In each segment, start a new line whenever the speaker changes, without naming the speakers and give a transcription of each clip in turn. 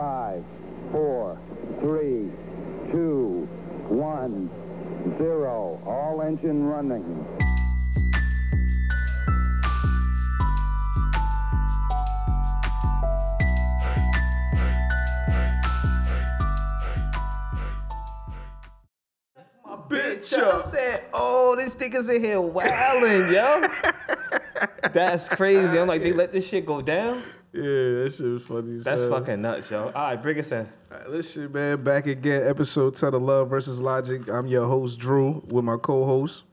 five, four, three, two, one, zero. All engine running.
bitch
I said, oh, this nigga's in here wilding, yo. That's crazy. I'm like, they let this shit go down?
Yeah, that shit was funny. as
That's
hell.
fucking nuts, yo. All right, bring us in.
All right, this shit, man. Back again, episode 10 of Love versus Logic. I'm your host, Drew, with my co host,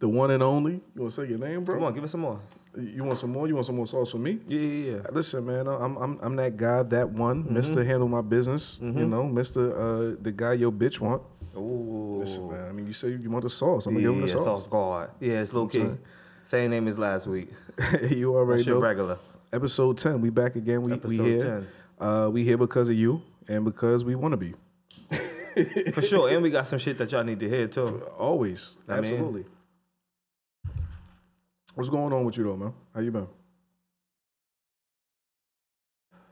the one and only. You want to say your name, bro?
Come on, give us some more.
You want some more? You want some more sauce from me?
Yeah, yeah, yeah.
Listen, man, I'm I'm I'm that guy, that one,
Mm-hmm.
Mister Handle My Business. You know, Mister uh, the guy your bitch want.
Ooh.
Listen, man. I mean, you say you want the sauce. I'm
yeah,
gonna give him the
yeah,
sauce.
sauce guard. Yeah, it's low key.
saying.
Same name as last week.
you already
Shit
know.
regular.
Episode ten. We back again. We we
Episode
here. Uh, we here because of you and because we want to be.
For sure. And we got some shit that y'all need to hear, too.
Always.
I mean-
Absolutely. What's going on with you though, man? How you been?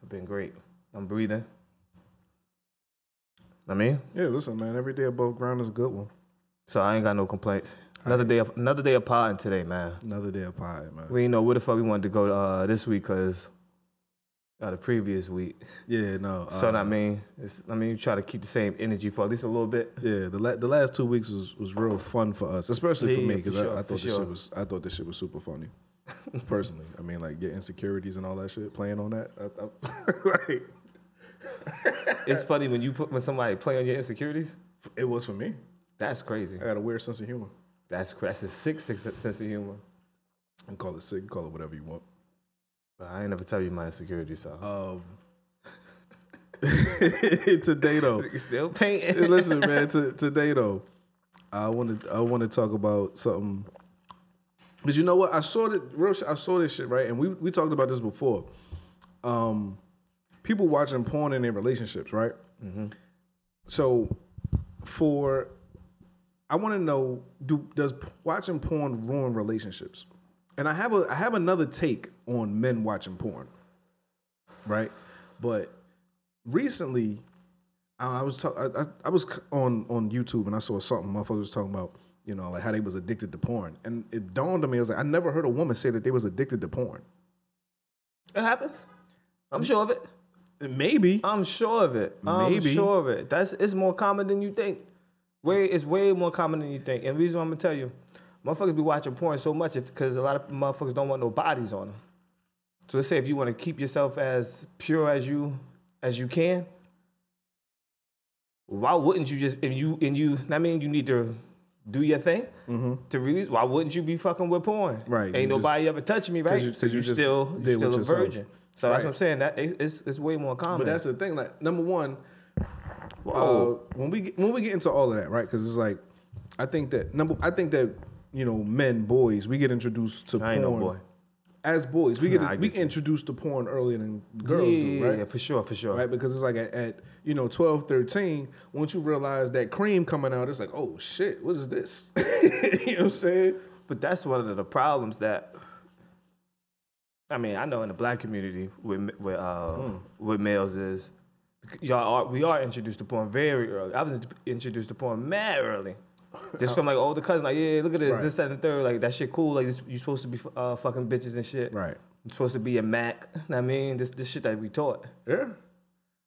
I've been great. I'm breathing. I mean,
Yeah, listen, man. Every day above ground is a good one.
so I ain't got no complaints. Another day of another day of potting today, man.
Another day of pie, man.
We didn't know where the fuck we wanted to go uh, this week because uh, the previous week.
Yeah, no.
so
uh,
I mean, it's, I mean, you try to keep the same energy for at least a little bit.
Yeah, the la- the last two weeks was, was real fun for us, especially for
Yeah,
me
for
because
sure,
I,
for
I thought this
sure.
shit was I thought this shit was super funny. Personally, I mean, like your insecurities and all that shit, playing on that. I, I, like,
It's funny when you put when somebody play on your insecurities.
it was for me.
That's crazy.
I got a weird sense of humor.
That's cra- that's a sick, sick se- sense of humor.
You can call it sick, you can call it whatever you want.
But I ain't never tell you my insecurities. So
Um, today though,
You still painting.
listen, man. To today though, I wanted I want to talk about something. Cause you know what? I saw that real. Shit, I saw this shit right, and we we talked about this before. Um, people watching porn in their relationships, right? So, for I want to know, do does p- watching porn ruin relationships? And I have a I have another take on men watching porn, right? But recently, I, I was talk, I, I, I was c- on on YouTube and I saw something motherfuckers was talking about, you know, like how they was addicted to porn, and it dawned on me I was like, I never heard a woman say that they was addicted to porn.
It happens. I'm sure of it.
And Maybe
I'm sure of it.
Maybe.
I'm sure of it. That's it's more common than you think. Way it's way more common than you think. And the reason why I'm gonna tell you, motherfuckers be watching porn so much because a lot of motherfuckers don't want no bodies on them. So let's say if you want to keep yourself as pure as you as you can, why wouldn't you just if you and you I mean you need to do your thing to release why wouldn't you be fucking with porn?
Mm-hmm. Right, you
Ain't nobody ever touching me, right?
'cause you- 'cause
so
you
you,
just
still
did
you
what
still a
yourself.
virgin. So that's
Right.
what I'm saying. That it- it's it's way more common.
But that's the thing. Like number one, uh,
Whoa.
when we get, when we get into all of that, right? Because it's like, I think that number. I think that you know, men, boys, we get introduced to
I
Oh, porn.
ain't no boy.
As boys, we get,
Nah, I
we
get
get introduced to porn earlier than girls do, right?
Yeah, for sure, for sure.
Right, because it's like at, at you know 12, 13, once you realize that cream coming out, it's like, oh shit, what is this? you know what I'm saying?
But that's one of the problems that I mean, I know in the black community with with, uh,
Hmm.
with males is y'all are we are introduced to porn very early. I was int- introduced to porn mad early. Just from like older cousins, like yeah, look at this,
Right.
this, that, and the third, like that shit cool. Like this, you supposed to be uh, fucking bitches and shit.
Right.
You're supposed to be a Mac. I mean, this this shit that we taught
Yeah.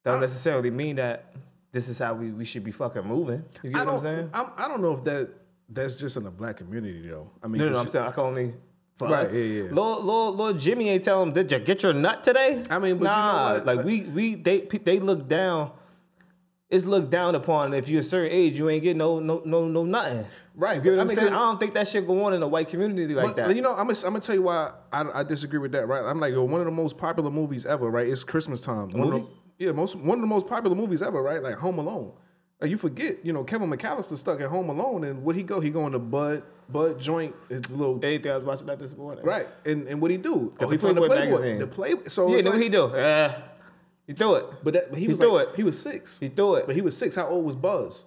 don't necessarily mean that this is how we, we should be fucking moving. You get
I
what I'm
don't.
saying?
I'm, I don't know if that that's just in the black community though. I mean,
No, no, no,
'cause
I'm saying I can only. Fuck.
Right, yeah, yeah.
Lord, Lord, Lord Jimmy ain't tell him, did you get your nut today?
I mean, but you know
nah,
what?
like we, we, they, pe- they look down. It's looked down upon if you're a certain age, you ain't getting no, no, no, no nothing.
Right,
You get
but
what
I
I am
mean,
saying?
'cause-
I don't think that shit go on in a white community like
But,
that.
You know, I'm gonna I'm gonna tell you why I, I disagree with that. Right? I'm like, yo, one of the most popular movies ever. Right? It's Christmas time. One Of
Movie?
the, yeah, most one of the most popular movies ever. Right? Like Home Alone. Like, you forget, you know, Kevin McAllister stuck at Home Alone, and what he go? He go in the bud bud joint. His little
Anything I was watching that this morning.
right. And and what he do? Oh,
the
he played the
Playboy
Playboy.
magazine.
The Playboy. So
Yeah,
it's
then what
like-
he do? Uh, he threw it.
But that but he
He
was
threw
like,
it.
He was six.
He threw it.
But he was six. How old was Buzz?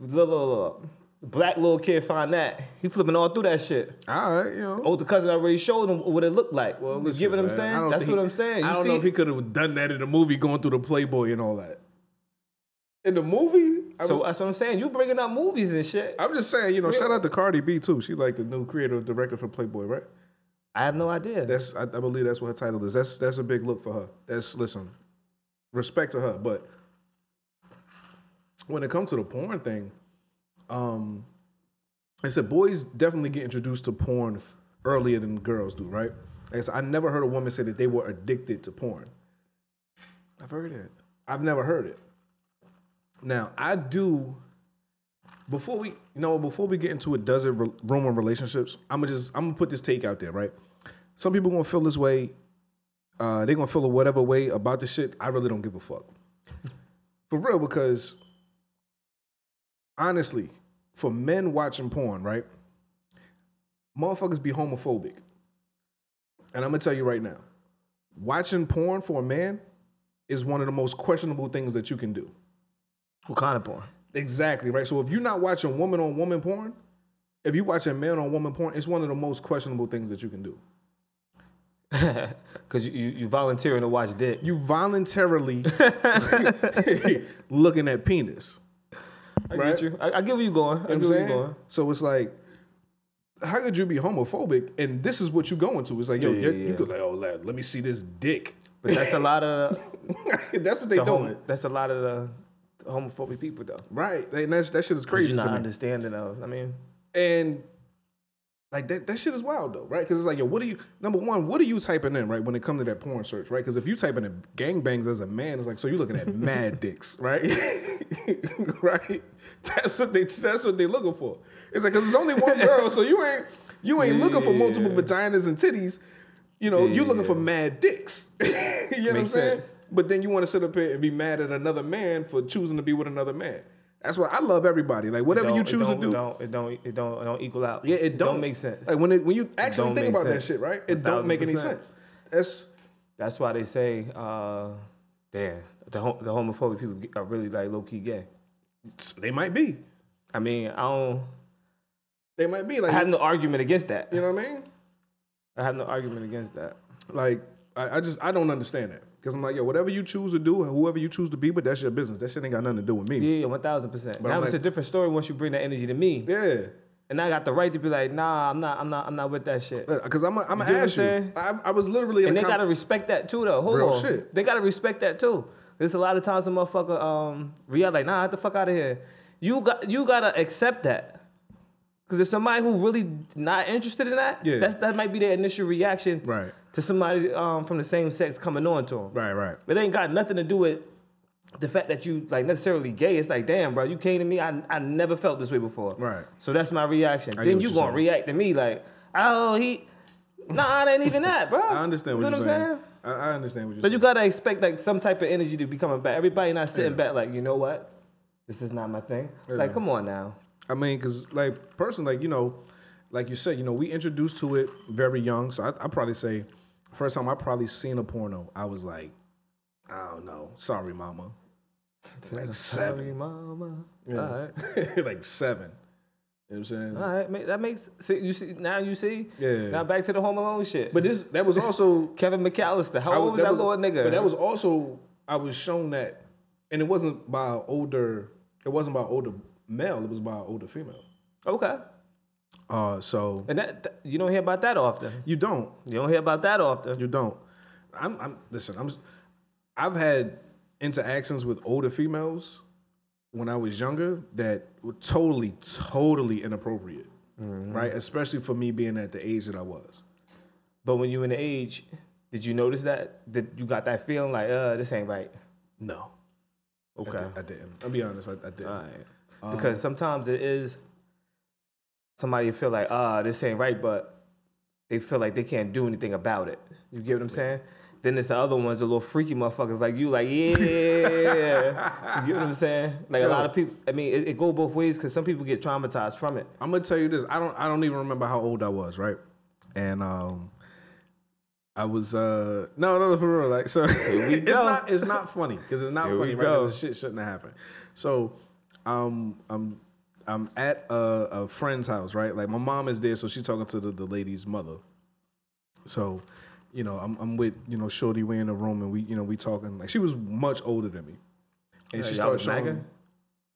look, look, look. Black little kid find that. He flipping all through that shit.
All right, you know.
Older cousin already showed him what it looked like.
Well,
you
listen,
get what I'm
man, I
saying?
don't
That's
think-
what I'm saying. You
I don't
see,
know if he could have done that in the movie, going through the Playboy and all that. uh, In the movie, I
so
was-
that's what I'm saying. You bringing up movies and shit.
I'm just saying, you know, shout out to Cardi B too. She like the new creative director for Playboy, right?
I have no idea.
That's I, I believe that's what her title is. That's that's a big look for her. That's listen, respect to her. But when it comes to the porn thing, um, I said boys definitely get introduced to porn f- earlier than girls do, right? Like I said, I never heard a woman say that they were addicted to porn.
I've heard it.
I've never heard it. Now I do. Before we, you know, before we get into it, does it re- room on relationships? I'm gonna just, I'm gonna put this take out there, right? Some people gonna feel this way. Uh, they gonna feel a whatever way about the shit. I really don't give a fuck, for real, because honestly, for men watching porn, right? Motherfuckers be homophobic, and I'm gonna tell you right now, watching porn for a man is one of the most questionable things that you can do.
What kind of porn?
Exactly, right? So if you're not watching woman on woman porn, if you're watching man on woman porn, it's one of the most questionable things that you can do.
Because you, you you volunteering to watch dick.
You voluntarily looking at penis.
I
Right.
get you. I, I get where you going. I get where
You know what
you
I'm saying?
going.
So it's like, how could you be homophobic and this is what you going to? It's like, yo,
Yeah,
you're-
yeah,
you
yeah.
could like, oh lad, let me see this dick.
But that's a lot of
that's what they
the
doing,
hom- that's a lot of the homophobic people though.
right? And that's, that shit is
Crazy
crazy.
not
to me.
understanding of. I mean,
And like that, that shit is wild though, right? Because it's like, yo, what are you? Number one, what are you typing in, right? When it comes to that porn search, right? Because if you type in gangbangs as a man, it's like, so you're looking at mad dicks, right? right? That's what they. That's what they're looking for. It's like, cause there's only one girl, so you ain't you ain't looking for multiple
Yeah.
vaginas and titties. You know, you're looking for
Yeah.
mad dicks. you know what I'm
Makes
saying?
sense.
But then you want to sit up here and be mad at another man for choosing to be with another man. That's why I love everybody. Like whatever
don't-
you
it
choose to
don't-
do,
it don't it don't it don't it don't equal out.
yeah, it don't,
make sense.
Like when it, when you actually
don't
think
make
about
sense.
that shit, right?
A
It don't
thousand
make any
percent.
sense. That's
That's why they say, uh, damn, the hom- the homophobic people get- are really like low key gay.
they might be.
I mean, I don't.
They might be
I
like
have no argument against that.
you know what I mean?
I have no argument against that.
Like I, I just I don't understand that because I'm like yo, whatever you choose to do and whoever you choose to be, but that's your business. That shit ain't got nothing to do with me.
Yeah, one thousand percent.
But
Now
I'm
it's a
like-
different story once you bring that energy to me,
Yeah,
and I got the right to be like, nah, I'm not, I'm not, I'm not with that shit.
because I'm
get what
I'm gonna
I'm
ask you.
saying?
I, I was literally in
And
a
they
com-
gotta respect that too, though. Hold
Real
on,
shit.
they gotta respect that too. There's a lot of times a motherfucker um react like, nah, get the fuck out of here. You got, you gotta accept that. Cause if somebody who really not interested in that,
Yeah.
that's, that might be their initial reaction
Right.
to somebody um, from the same sex coming on to them.
right right.
It ain't got nothing to do with the fact that you like necessarily gay. It's like, damn, bro, you came to me. I, I never felt this way before.
Right.
So that's my reaction.
get
then
what
you
you're
gonna
saying.
react to me like, oh, he, nah, it ain't even that, bro.
I understand what
you know
you're
what I'm
saying.
saying.
I, I understand what you're
So
saying.
you gotta expect like some type of energy to be coming back. Everybody not sitting
Yeah.
back like, you know what, this is not my thing.
Yeah.
Like, come on now.
I mean, because like person, like you know, like you said, you know, we introduced to it very young. So I, I probably say, first time I probably seen a porno, I was like, I don't know, sorry, mama,
Sorry,
like seven,
mama.
Yeah.
All right.
like seven. You know what I'm saying?
All right, ma- that makes see, you see now you see
Yeah.
now back to the Home Alone shit.
But this that was also
Kevin McAllister, how
I
old was that, little nigga?
But that was also I was shown that, and it wasn't by an older, it wasn't by an older male, it was by an older female.
okay. Ah,
Uh, so
And that th- you don't hear about that often.
you don't
You don't hear about that often.
You don't. I'm, I'm listen. I'm. I've had interactions with older females when I was younger that were totally, totally inappropriate, right? Especially for me being at the age that I was.
But when you in the age, did you notice that? That you got that feeling like, uh, this ain't right.
No, I,
Okay. Uh,
did, I didn't. I'll be honest. I, I didn't.
All right. Um, because sometimes it is somebody feel like, ah, this ain't right, but they feel like they can't do anything about it. You get what I'm saying? Then it's the other ones, the little freaky motherfuckers like you, like yeah. you get what I'm saying? Like a lot of people. I mean, it, it go both ways because some people get traumatized from it.
I'm gonna tell you this. I don't. I don't even remember how old I was, right? And um, I was uh no no no, for real like so
we
it's
go.
not it's not funny because it's not
Here we
funny right 'Cause
go.
this shit shouldn't have happened. So um I'm I'm at a, a friend's house, right? Like my mom is there, so she's talking to the, the lady's mother. So, you know, I'm I'm with you know Shorty. We in the room and we you know we talking. Like she was much older than me, and
Yeah, y'all
she started
was
showing.
macking?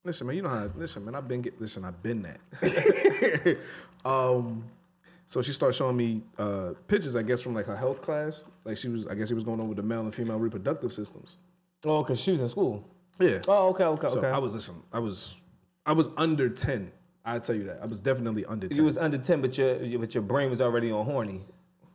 Listen, man, you know how. Listen, man, I've been get. Listen, I've been that. um, so she started showing me uh, pictures, I guess, from like her health class. Like she was, I guess, she was going over the male and female reproductive systems.
Oh, because she was in school.
Yeah.
Oh, okay, okay,
So
okay.
I was listen. I was, I was under ten. I tell you that. I was definitely under ten.
you was under ten, but your your- but your brain was already on horny.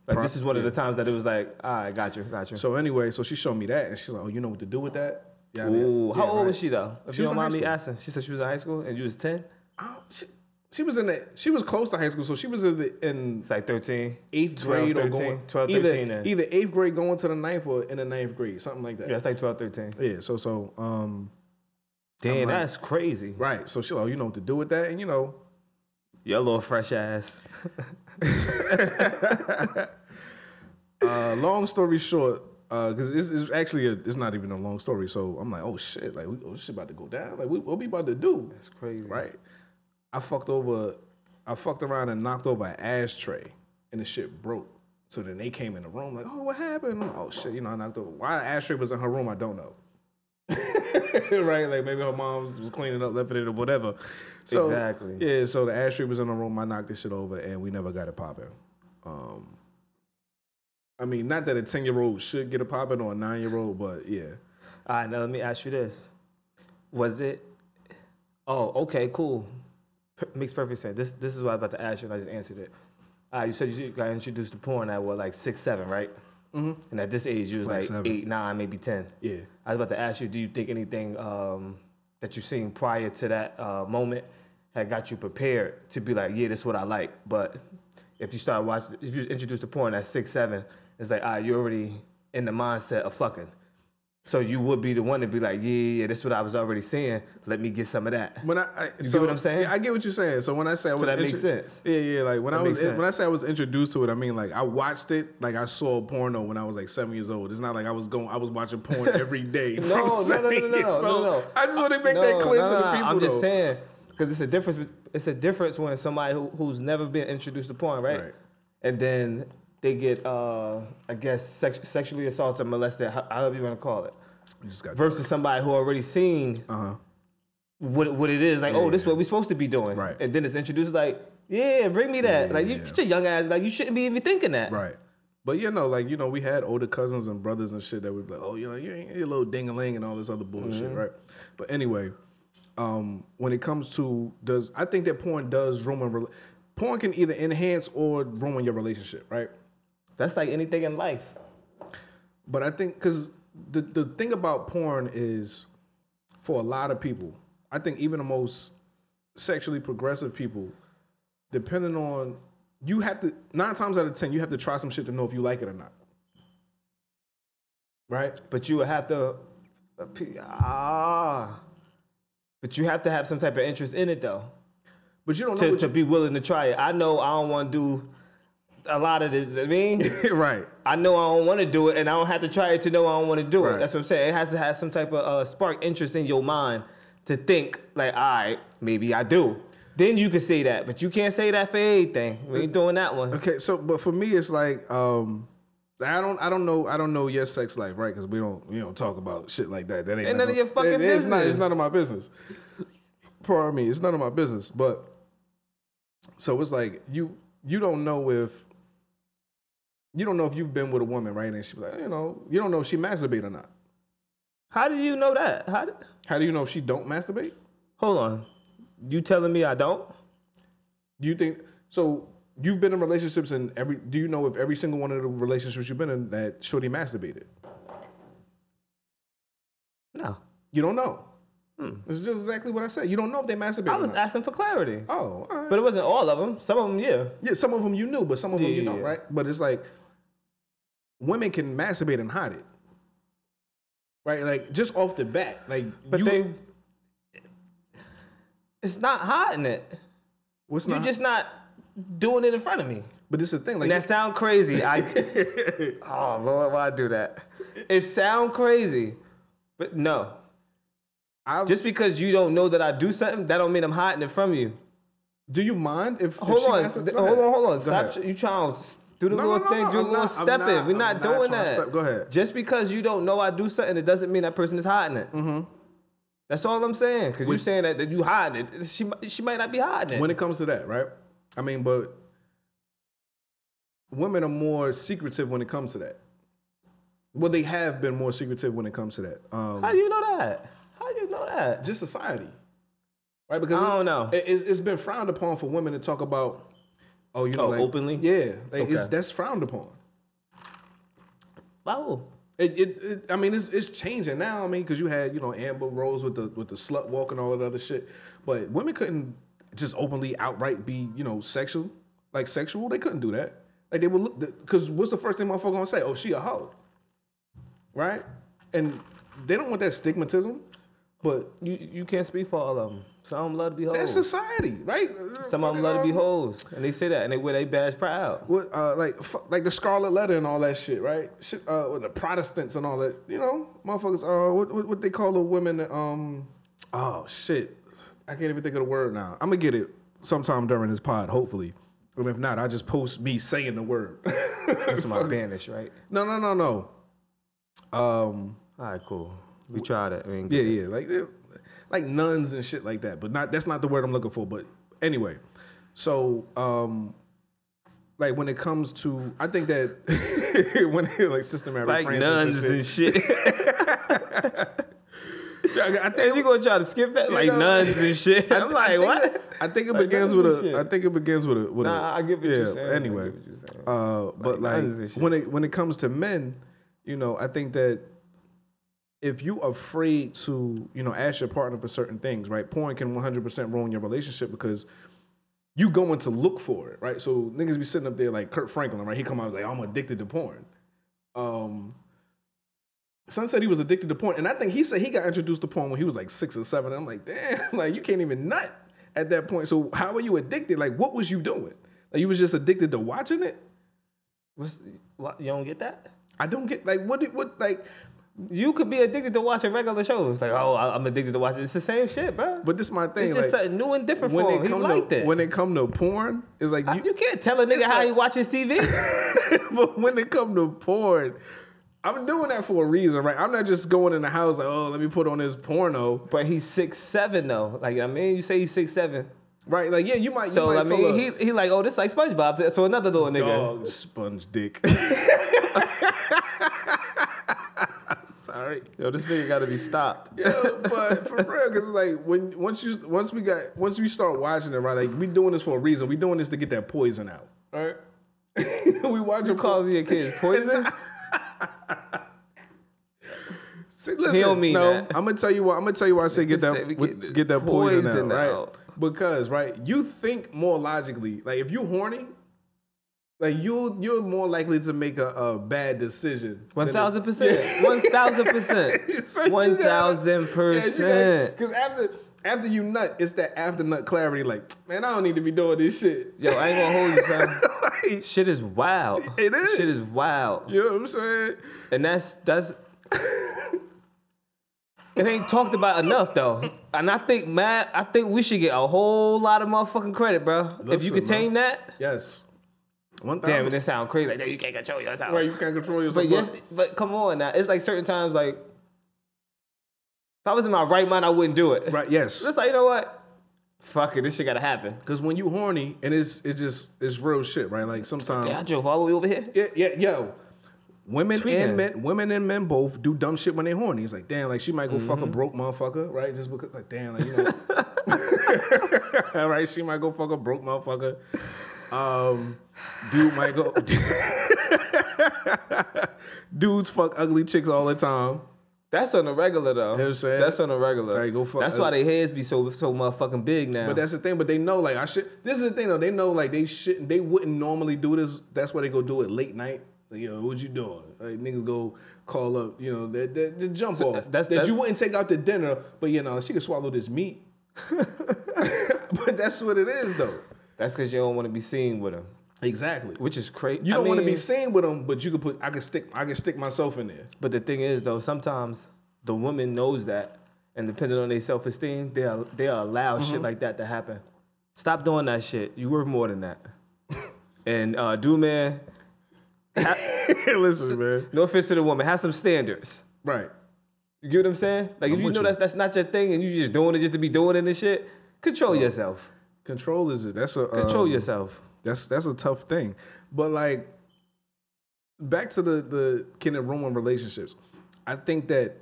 Like
Pro-
this is one of the
yeah.
times that it was like, all right, got you, got you.
so anyway, so she showed me that, and she's like, "Oh, you know what to do with that." Yeah.
Ooh, how old was
right.
she though? If you
She was
don't
in high
mind me
school.
asking, she said she was in high school and you was ten.
I don't- She, she was in the. She was close to high school, so she was in the in
It's like thirteen.
eighth
12,
grade
13,
or going
12,
either,
13 then.
either eighth grade going to the ninth or in the ninth grade, something like that.
Yeah, it's like 12, 13.
Yeah. So so um
Damn,
like-
that's crazy.
right. So she like, oh, you know what to do with that, and you know.
Your little fresh ass.
Uh, long story short, because it's, it's actually a, it's not even a long story. So I'm like, oh shit, like we, oh shit about to go down. Like we, what we about to do?
That's crazy.
right? I fucked over, I fucked around and knocked over an ashtray, and the shit broke. So then they came in the room like, oh, what happened? I'm like, oh shit, you know, I knocked over. Why the ashtray was in her room, I don't know. right, like maybe her mom was- was cleaning up, left it in or whatever. So,
Exactly.
Yeah, so the ashtray was in the room. I knocked this shit over, and we never got it popping. Um, I mean, not that a ten year old should get a popping or a nine year old, but yeah,
All right, now let me ask you this. Was it? Oh, okay, cool. Per- makes perfect sense. This this is what I was about to ask you, and I just answered it. All right, you said you got introduced to porn at what, like six, seven, right? Mm-hmm. And at this age, you was
Like
like,
seven.
eight, nine, maybe ten.
yeah.
I was about to ask you, do you think anything um, that you've seen prior to that uh, moment had got you prepared to be like, yeah, this is what I like? But if you start watching, if you introduce the porn at six, seven, it's like, ah, you're already in the mindset of fucking. So you would be the one to be like, yeah, yeah, this is what I was already seeing. Let me get some of that.
When I, I
You
so,
get what I'm saying?
Yeah, I get what you're saying. So when I say I was
that makes sense.
Yeah, yeah. Like when
That
I was
makes sense.
when I say I was introduced to it, I mean like I watched it. Like I saw porno when I was like seven years old. It's not like I was going. I was watching porn every day. from
no, no, no,
seven
no, no, no,
years
no,
old.
no.
I just want to make
No,
that clear
no,
to the
no,
people.
I'm just
though.
saying because it's a difference. bet- It's a difference when somebody who, who's never been introduced to porn, right?
Right.
And then they get, uh, I guess, sex, sexually assaulted, molested, ho- however you want to call it,
You just got
versus somebody who already seen
Uh huh.
what what it is. Like,
Yeah,
oh, this is
yeah.
what we're supposed to be doing.
Right.
And then it's introduced like, yeah, bring me that.
Yeah,
like you,
yeah.
it's your young ass. Like you shouldn't be even thinking that.
Right. But you know, like you know, we had older cousins and brothers and shit that would be like, oh, you know, you ain't you little ding a ling and all this other bullshit, right? But anyway, um, when it comes to does I think that porn does ruin rela- porn can either enhance or ruin your relationship, right?
That's like anything in life.
But I think because the the thing about porn is, for a lot of people, I think even the most sexually progressive people, depending on you have to nine times out of ten you have to try some shit to know if you like it or not. Right?
But you would have to, uh, ah, but you have to have some type of interest in it though.
But you don't know
to,
what
to be willing to try it. I know I don't want to do a lot of the. I mean,
you, right.
I know I don't want to do it, and I don't have to try it to know I don't want to do
Right.
it. That's what I'm saying. It has to have some type of uh, spark interest in your mind to think like, all right, maybe I do. Then you can say that, but you can't say that for anything. We ain't doing that one.
Okay, so but for me it's like um I don't I don't know I don't know your sex life, right? Because we don't we don't talk about shit like that. That ain't,
Ain't none of your fucking
it- It's not, it's
business.
none of my business. Pardon me, it's none of my business. But so it's like you you don't know if you don't know if you've been with a woman, right? And she's like, you know, you don't know if she masturbate or not.
How do you know that? How? Do,
How do you know if she don't masturbate?
hold on. You telling me I don't?
Do you think so? You've been in relationships and every do you know if every single one of the relationships you've been in that Shorty masturbated?
No.
You don't know.
Hmm.
It's just exactly what I said. You don't know if they masturbate.
I
or
was
not.
asking for clarity,
Oh, all right.
but it wasn't all of them. Some of them, yeah.
yeah, some of them you knew, but some of them you
Yeah,
don't,
yeah, yeah.
right? But it's like women can masturbate and hide it, right? Like just off the bat, like
But
you,
they, it's not hiding it.
what's
You're
not,
just not doing it in front of me.
But this is the thing, like
And that sound crazy. I, oh Lord, why I do that? It sound crazy, but no.
I
Just because you don't know that I do something, that don't mean I'm hiding it from you.
do you mind if, if
Hold
she
on,
answers?
th-
Go
hold
ahead.
on, hold on.
Go
Stop.
ahead.
tr- You trying to s- do the
No,
little
no, no,
thing, do
I'm
the little
not- I'm
step
not-
in. We're
I'm
not,
not
doing
trying to
that.
step- go ahead.
Just because you don't know I do something, it doesn't mean that person is hiding it. Mm-hmm. That's all I'm saying. Because you're
Which-
saying that, that you hiding it. She mi- she might not be hiding it.
when it comes to that, right? I mean, but women are more secretive when it comes to that. Well, they have been more secretive when it comes to that. Um,
How do you know that? How do you know that?
just society, right? Because
I
it-
don't know.
It, it's, it's been frowned upon for women to talk about. Oh, you know,
Oh,
like-
openly?
Yeah, like, it's,
Okay.
that's frowned upon.
Wow.
It, it, it I mean, it's, it's changing now. I mean, because you had you know Amber Rose with the with the slut walk and all that other shit, but women couldn't just openly outright be you know sexual, like sexual. They couldn't do that. Like they would look because what's the first thing motherfucker gonna say? Oh, she a hoe, right? And they don't want that stigmatism, but
You you can't speak for all of them. Some love to be hoes.
that's society, right?
Oh.
Um,
Some of them love to be hoes, and they say that, and they wear they badge proud.
What, uh, like fuck, like the Scarlet Letter and all that shit, right? Shit, uh, with the Protestants and all that, you know, motherfuckers. Uh, what, what what they call the women? Um, oh shit, I can't even think of the word now. I'm gonna get it sometime during this pod, hopefully. And if not, I just post me saying the word.
That's my banish, right?
no, no, no, no. Um,
All right, cool. We tried it. I mean,
yeah, yeah, like they're- like nuns and shit like that. But not that's not the word I'm looking for. But anyway, so um, like when it comes to, I think that when like Sister Mary
like
Francis
nuns and shit.
shit. I, I think
you gonna try to skip that?
You
Like
know,
nuns and shit.
I-
I'm
I
like,
think
what?
it- I think it
Like,
begins
nuns
with
and
a. I
shit.
think it begins with a. With
Nah,
a,
I get what you're
yeah,
saying. I
Anyway,
get what you're saying.
Uh, but
Like,
like
nuns and shit.
when it when it comes to men, you know, I think that if you afraid to you know ask your partner for certain things, right? Porn can 100% ruin your relationship because you going to look for it, right? So niggas be sitting up there like Kurt Franklin, right? He come out like I'm addicted to porn. Um, Son said he was addicted to porn, and I think he said he got introduced to porn when he was like six or seven. I'm like, damn, like you can't even nut at that point. So how were you addicted? Like, what was you doing? Like you was just addicted to watching it.
What's, what, you don't get that?
I don't get like what it what like.
You could be addicted to watching regular shows. Like, oh, I- I'm addicted to watching. It's the same shit, bro.
But this my thing.
it's just
like,
something new and different
when
for
it
him. He
come
liked
to
it.
when it come to porn, it's like
I-
you,
you can't tell a nigga
it's
how
a-
he watches TV.
but when it come to porn, I'm doing that for a reason, right? I'm not just going in the house like, oh, let me put on this porno,
But he's six seven though. Like I mean, you say he's six seven.
right? Like, yeah, you might. You
So
might
I
feel
mean,
a-
he he like oh this like SpongeBob. So another little nigga.
Dog sponge dick. I'm sorry.
Yo, this nigga gotta be stopped.
Yo, but for real, cause it's like when once you once we got once we start watching it, right? Like we doing this for a reason. We doing this to get that poison out, right? we watching
Calling your kids poison.
See, listen,
don't mean
no,
that.
I'm gonna tell you what. I'm gonna tell you why I say get
Nigga said
that
we
with-
get
get, that poison,
poison
out,
out.
right? Because right, you think more logically. Like if you horny, like you you're more likely to make a, a bad decision.
One
than if-
thousand percent. One thousand
So
percent.
you
One
gotta-
thousand percent.
Because after after you nut, it's that after nut clarity. Like man, I don't need to be doing this shit.
Yo, I ain't gonna hold you, son.
Like,
Shit is wild.
It is.
Shit is wild.
you know what I'm saying?
And that's that's it ain't talked about enough though. And I think Matt, I think we should get a whole lot of motherfucking credit, bro. if you
Listen,
could tame
bro.
that,
Yes. One thousand.
damn, it this sound crazy. Like that you can't control yourself.
Right, you can't control yourself.
But yes, but come on now. It's like certain times, like if I was in my right mind, I wouldn't do it.
Right. Yes.
It's like you know what? Fuck it, this shit gotta happen.
Because when you horny and it's it's just it's real shit, right? Like sometimes
Yeah, I drove all the way over here.
yeah, yeah, yo. Women
Tweaking.
and men, women and men both do dumb shit when they horny. It's like, damn, like she might go fuck a broke motherfucker, right? Just because, like, damn, like you know, right? She might go fuck a broke motherfucker. Um, dude might go. Dudes fuck ugly chicks all the time.
That's on the regular though.
You know what I'm saying?
That's on the regular.
Like, go fuck-
That's why they heads be so so motherfucking big now.
But that's the thing. But they know, like, I should. This is the thing, though. They know, like, they shouldn't. They wouldn't normally do this. That's why they go do it late night. Like, yo, what you doing? Like, niggas go call up. You know, that that the jump off.
that's-
that
that's-
you wouldn't take out to dinner, but you know, she could swallow this meat. but that's what it is, though.
That's because you don't want to be seen with him,
Exactly.
which is crazy.
You don't want to be seen with them, but you could put. I can stick. I can stick myself in there.
But the thing is, though, sometimes the woman knows that, and depending on their self esteem, they are they are allow
Mm-hmm.
shit like that to happen. Stop doing that shit. You worth more than that. and uh, do man,
Listen, man.
no offense to the woman, have some standards.
Right.
You get what I'm saying? Like if you
with
know
you.
that's that's not your thing and you just doing it just to be doing it and shit, control yourself.
Control is it. That's a
Control
um,
yourself.
That's that's a tough thing. But like back to the the can it ruin relationships? I think that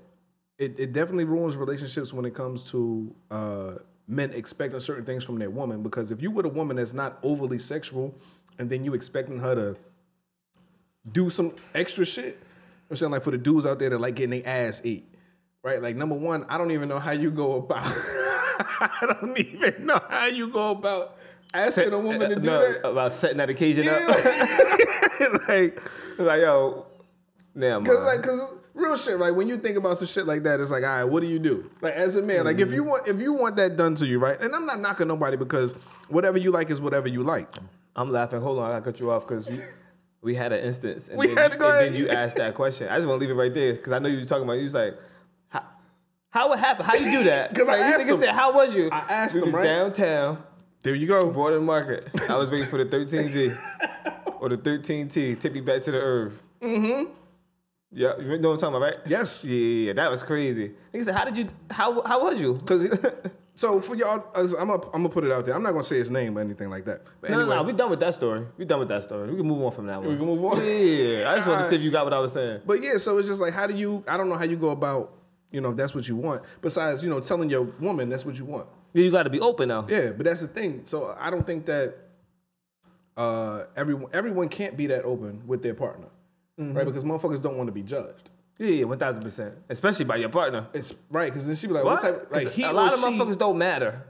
it, it definitely ruins relationships when it comes to uh, men expecting certain things from their woman. Because if you with a woman that's not overly sexual, and then you expecting her to do some extra shit, I'm saying like for the dudes out there that like getting their ass ate, right? Like number one, I don't even know how you go about. I don't even know how you go about asking a woman to do
Uh, No,
that.
about setting that occasion up.
Yeah.
like, like yo, now
Cause like, cause real shit. Like when you think about some shit like that, it's like, all right, what do you do? Like as a man, like
Mm-hmm.
if you want, if you want that done to you, right? And I'm not knocking nobody because whatever you like is whatever you like.
I'm laughing. Hold on, I gotta cut you off because we, we had an instance. And
We
then,
had to go
and
ahead.
then you asked that question. I just want to leave it right there because I know you were talking about. You was like, how, how would happen? How you do that?
'Cause I
like, you
asked
nigga
him.
said, how was you?
I asked
we
him,
was
right?
downtown,
There you go.
Broad and Market. I was waiting for the 13V or the 13T. Tip me back to the earth.
Mm-hmm.
Yeah, you know what I'm talking about, right?
Yes.
Yeah, yeah, yeah. That was crazy. Nigga said, how did you? How how was you?
Cause it- so for y'all, as- I'm gonna I'm gonna put it out there. I'm not gonna say his name or anything like that. But
No,
anyway,
no, no, we done with that story. We done with that story. We can move on from that one.
We can move on?
Yeah, I just want to
Alright.
see if you got what I was saying.
But yeah, so it's just like, how do you? I don't know how you go about, you know, if that's what you want. Besides, you know, telling your woman that's what you want.
You got to be open now.
Yeah, but that's the thing. So I don't think that uh, everyone everyone can't be that open with their partner,
Mm-hmm.
right? Because motherfuckers don't want to be judged.
Yeah, yeah, one thousand percent. Especially by your partner.
It's right because then she be like,
What?
what, type? Like
'Cause
he
a lot
or
of
she,
motherfuckers don't matter.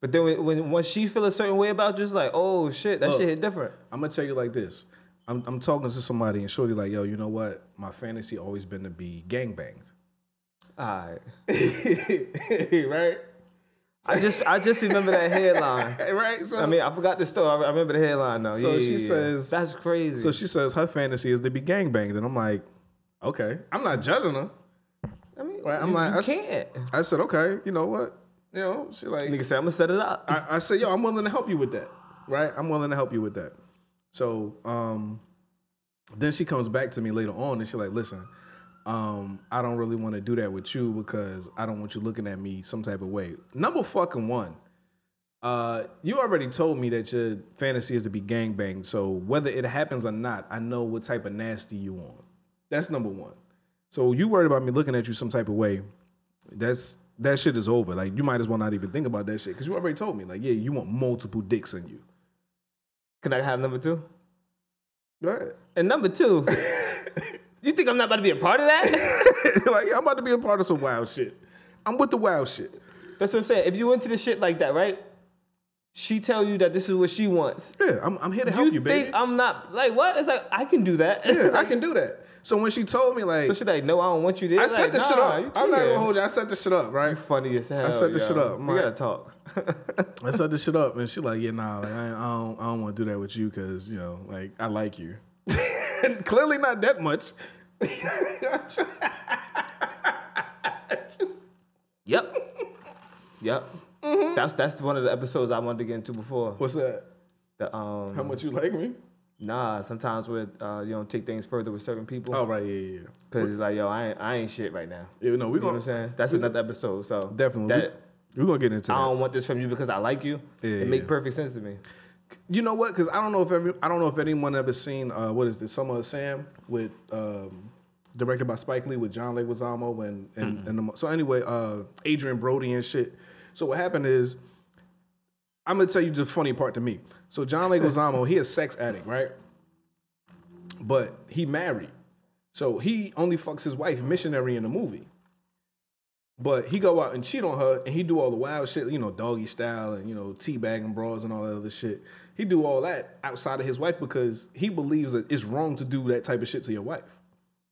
But then when, when once she feel a certain way about you, it's like, oh shit, that
Look.
shit hit different.
I'm gonna tell you like this. I'm, I'm talking to somebody and shorty like, yo, you know what? My fantasy always been to be gangbanged.
Alright.
right?
I just I just remember that headline.
Right? So,
I mean, I forgot the story. I remember the headline though.
So
yeah,
she
yeah, yeah.
says-
that's crazy.
so she says her fantasy is to be gangbanged. And I'm like, okay. I'm not judging her.
I mean,
Right, I'm
you,
like,
you
that's-
can't.
I said, okay, you know what? You know, she like,
Nigga said, I'm gonna set it up.
I, I said, yo, I'm willing to help you with that, right? I'm willing to help you with that. So um, then she comes back to me later on and she's like, listen, um, I don't really want to do that with you because I don't want you looking at me some type of way. Number fucking one, uh, you already told me that your fantasy is to be gangbanged. So whether it happens or not, I know what type of nasty you on. That's number one. So you worried about me looking at you some type of way. That's that shit is over. Like you might as well not even think about that shit because you already told me. Like yeah, you want multiple dicks in you.
Can I have number two?
Right.
And number two, you think I'm not about to be a part of that?
like I'm about to be a part of some wild shit. I'm with the wild shit.
That's what I'm saying. If you into the shit like that, right? She tell you that this is what she wants.
Yeah, I'm, I'm here to help you,
think
baby.
I'm not like what? It's like I can do that.
yeah, I can do that. So when she told me like,
So she like, no, I don't want you there.
I
like,
set this shit
nah,
up.
you
I'm not
tweaking.
gonna hold you. I set this shit up, right?
You funny as hell.
set this
yo.
shit up.
We
My-
gotta talk.
I set this shit up, and she like, yeah, nah, like, I, I don't, I don't want to do that with you because you know, like, I like you. and clearly not that much.
yep. Yep.
Mm-hmm.
That's that's one of the episodes I wanted to get into before.
What's that?
The um
How much you like me?
nah, sometimes with uh you don't take things further with certain people.
Oh right, yeah, yeah. yeah.
Cause it's like, yo, I ain't I ain't shit right now.
Yeah, no, we're
You know what
gonna
I'm saying? That's another episode. So
definitely
that
we're gonna get into
I
that.
don't want this from you because I like you.
Yeah,
it make
yeah.
perfect sense to me.
You know what? Because I don't know if every I don't know if anyone ever seen uh, what is this Summer of Sam with um, directed by Spike Lee with John Leguizamo and and, and the, mo- so anyway, uh, Adrian Brody and shit. So what happened is, I'm gonna tell you the funny part to me. So John Leguizamo, he a sex addict, right? But he married, so he only fucks his wife missionary in the movie. But he go out and cheat on her, and he do all the wild shit, you know, doggy style, and you know, teabagging bras and all that other shit. He do all that outside of his wife because he believes that it's wrong to do that type of shit to your wife.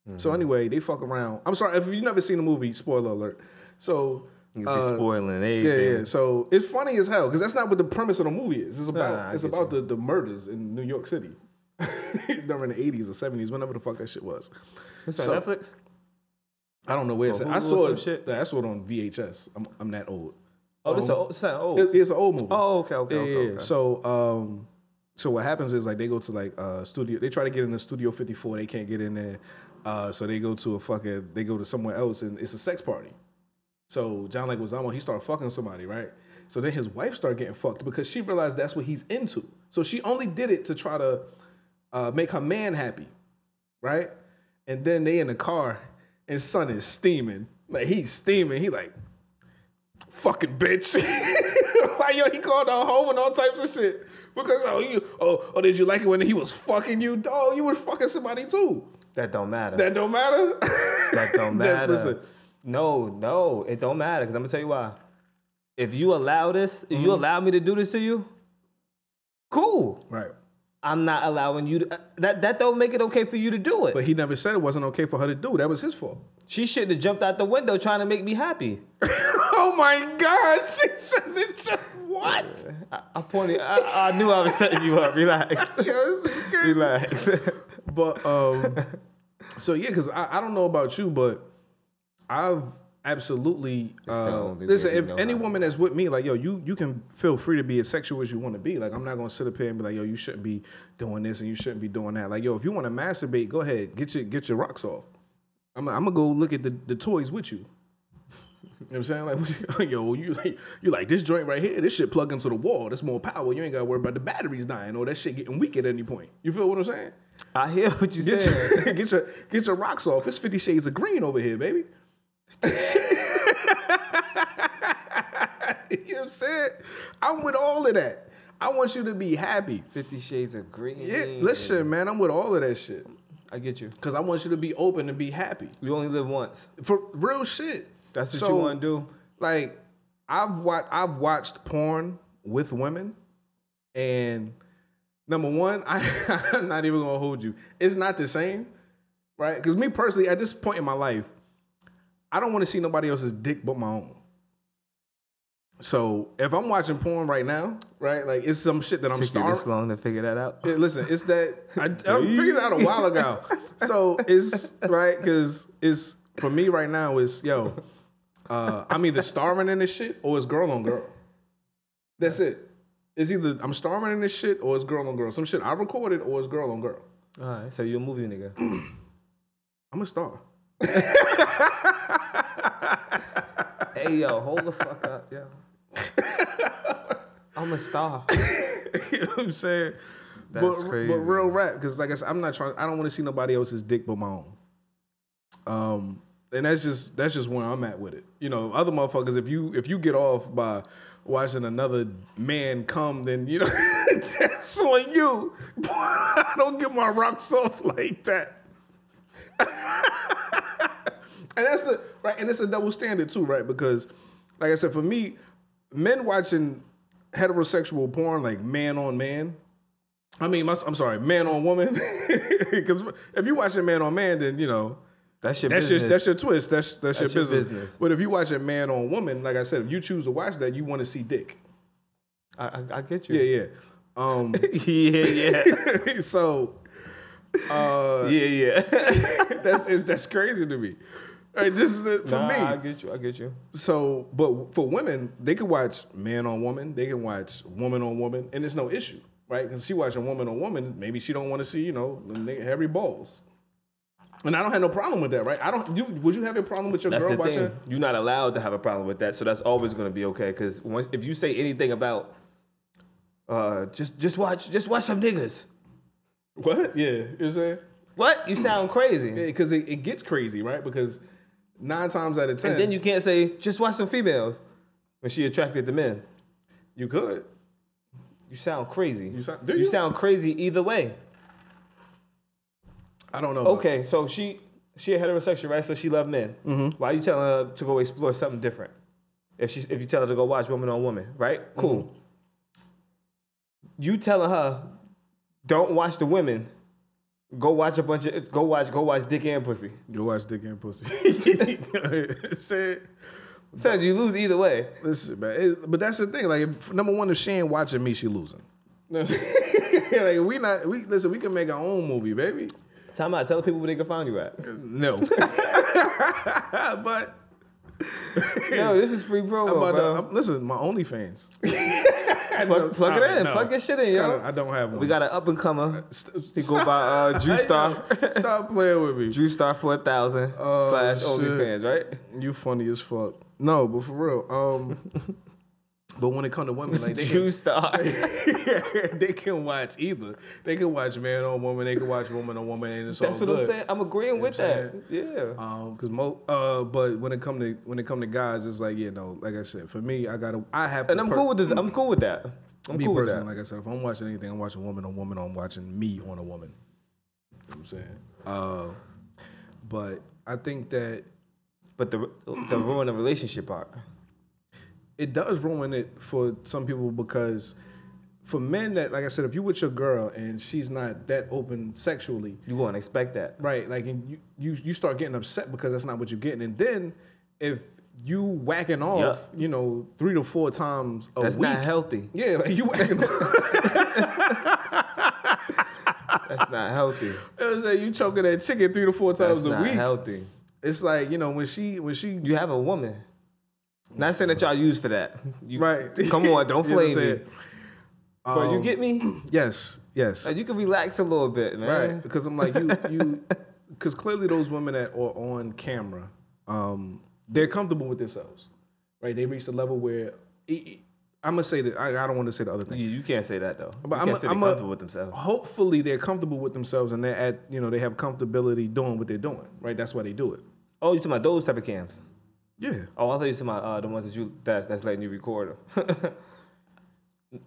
Mm-hmm.
So anyway, they fuck around. I'm sorry if you've never seen the movie. Spoiler alert. So
You be
uh,
spoiling
yeah,
everything.
yeah. So it's funny as hell because that's not what the premise of the movie is. It's about
Nah, I
it's
get
about the, the murders in New York City during the 80s or 70s, whenever the fuck that shit was.
It's on
So-
Netflix?
I don't know where it's at.
Or
I
Hulu or
saw
some
it.
shit?
I saw it on VHS. I'm, I'm that old.
Oh, this is old. It's not old.
It's, it's an old movie.
oh, okay, okay,
yeah,
okay.
yeah, yeah.
okay.
So, um, so what happens is like they go to like uh studio. They try to get in the Studio 54. They can't get in there. Uh, so they go to a fucking. They go to somewhere else, and it's a sex party. So John Leguizamo, he started fucking somebody, right? So then his wife started getting fucked because she realized that's what he's into. So she only did it to try to uh, make her man happy, right? And then they in the car, and son is steaming, like he's steaming. He like, fucking bitch. like yo, he called her home and all types of shit because oh you oh oh did you like it when he was fucking you? Oh, you was fucking somebody too.
that don't matter.
That don't matter.
That don't
That's-
matter.
listen,
No, no, it don't matter. Cause I'm gonna tell you why. If you allow this, if
Mm-hmm.
you allow me to do this to you, cool.
right.
I'm not allowing you to. uh, That that don't make it okay for you to do it.
But he never said it wasn't okay for her to do. That was his fault.
she shouldn't have jumped out the window trying to make me happy.
oh my God! She said it. just- What?
I, I pointed. I, I knew I was setting you up. Relax.
Yo, this is crazy.
Relax.
But um, so yeah, because I, I don't know about you, but I've absolutely uh,
only way
listen.
we
If
know
any
how.
woman that's with me, like yo, you you can feel free to be as sexual as you want to be. Like I'm not gonna sit up here and be like yo, you shouldn't be doing this and you shouldn't be doing that. Like yo, if you want to masturbate, go ahead, get your get your rocks off. I'm I'm gonna go look at the, the toys with you. You know what I'm saying? Like, what you- yo, you like, you like this joint right here, this shit plug into the wall. That's more power. You ain't gotta worry about the batteries dying or that shit getting weak at any point. You feel what I'm saying?
I hear what you
Get
said.
your, get your get your rocks off. It's Fifty Shades of Green over here, baby. you know what I'm saying? I'm with all of that. I want you to be happy.
Fifty Shades of Green.
Yeah, listen, man, I'm with all of that shit.
I get you.
Cause I want you to be open and be happy.
You only live once.
For real shit.
That's what
So,
you want to do.
Like, I've watched I've watched porn with women, and number one, I, I'm not even gonna hold you. It's not the same, right? Because me personally, at this point in my life, I don't want to see nobody else's dick but my own. So if I'm watching porn right now, right, like it's some shit that I'm
Took you
starving.
this long to figure that out.
Yeah, listen, it's that I, I figured it out a while ago. So it's right because it's for me right now. It's yo, uh, I'm either starving in this shit or it's girl on girl. That's it. It's either I'm starving in this shit or it's girl on girl. Some shit I recorded or it's girl on girl.
All right, so you're a movie nigga.
I'm a star.
hey yo, hold the fuck up, yo. I'm a star.
you know what I'm saying?
That's
but,
crazy.
But real rap, because like I said, I'm not trying. I don't want to see nobody else's dick but my own. Um, and that's just that's just where I'm at with it. You know, other motherfuckers, if you if you get off by watching another man come, then you know that's on you. I don't get my rocks off like that. and that's a right, and it's a double standard too, right? Because, like I said, for me, men watching heterosexual porn, like man on man. I mean, my, I'm sorry, man on woman. Because if you watching man on man, then you know
That's your
that's your
business.
that's your twist. That's that's,
That's
your,
your
business.
business.
But if you watching man on woman, like I said, if you choose to watch that, you want to see dick.
I, I, I get
Yeah,
you.
yeah. Um,
yeah, yeah,
so, uh,
yeah, yeah.
that's it's, that's crazy to me. All right, this is it for
nah,
me.
I get you. I get you.
So, but for women, they can watch man on woman, they can watch woman on woman, and it's no issue, right? Because she watching woman on woman, maybe she don't want to see, you know, the nigga hairy balls. And I don't have no problem with that, right? I don't. You, would you have a problem with your
That's
girl
the
watching?
thing. You're not allowed to have a problem with that, so that's always going to be okay. Because if you say anything about, uh, just just watch, just watch some niggas.
What? Yeah, you know what I'm saying?
What? You sound crazy.
Because it, it gets crazy, right? Because nine times out of ten,
And then you can't say just watch some females when she attracted to men.
you could.
You sound crazy.
You sound- do
you
you?
sound crazy either way.
I don't know. about-
Okay, so she she a heterosexual, right? So she loved men. Mm-hmm. Why you telling her to go explore something different? If she if you tell her to go watch woman on woman, right? Cool. You telling her don't watch the women, go watch a bunch of go watch go watch dick and pussy.
Go watch dick and pussy. Shit.
So you lose either way.
Listen, man. it- but that's the thing. Like, if, number one, if she ain't watching me, she losing. like, we not. We listen. We can make our own movie, baby.
Time out. Tell the people where they can find you at.
No. but
Yo, this is free promo,
I'm about to,
bro.
I'm- listen, my OnlyFans.
plug, plug it in.
No.
Plug your shit in, yo.
I don't have one.
We got an up and comer.
to
He go by uh, Drew Star.
Stop playing with me.
Drew Star four thousand
Oh,
slash
shit.
OnlyFans, right?
You funny as fuck. No, but for real. Um, but when it comes to women, like they
Drew
can,
Star.
they can watch either. They can watch man on woman. They can watch woman on woman, and it's
That's
all
what
good.
I'm saying. I'm agreeing with
what
that.
I'm
Yeah.
Um, cause mo, uh, but when it come to when it come to guys, it's like you know, like I said, for me, I gotta, I have,
And
to
I'm
per-
cool with this. I'm cool with that. I'm
me
cool with
personally,
that.
Like I said, if I'm watching anything, I'm watching woman on woman. I'm watching me on a woman. You know what I'm saying, uh, but I think that
But the the ruin the relationship part.
it does ruin it for some people because for men that like I said, if you with your girl and she's not that open sexually,
You won't expect that.
right? Like and you you, you start getting upset because that's not what you're getting. And then if you whacking off,
Yeah.
you know, three to four times a
That's
week.
not healthy.
yeah, like you whacking off.
That's not healthy.
I was saying, you choking that chicken three to four
That's
times a
not
week.
healthy.
It's like, you know, when she when she
You have a woman. Not saying that y'all use for that. You,
Right.
Come on, don't
You know what
flame
I'm
me.
saying?
But you
Um,
get me?
Yes, yes.
Like, you can relax a little bit, man.
Right, because I'm like you, you, because clearly those women that are on camera, um, they're comfortable with themselves, right? They reached a level where I'm gonna say that I, I don't want to say the other thing.
You, you can't say that though.
But
you
I'm
can't say
a-
they're
I'm a-
comfortable with themselves.
Hopefully, they're comfortable with themselves and they're at you know they have comfortability doing what they're doing, right? That's why they do it.
Oh, you talking about those type of cams?
Yeah.
Oh, I thought you talking about uh, the ones that you that, that's letting you record them.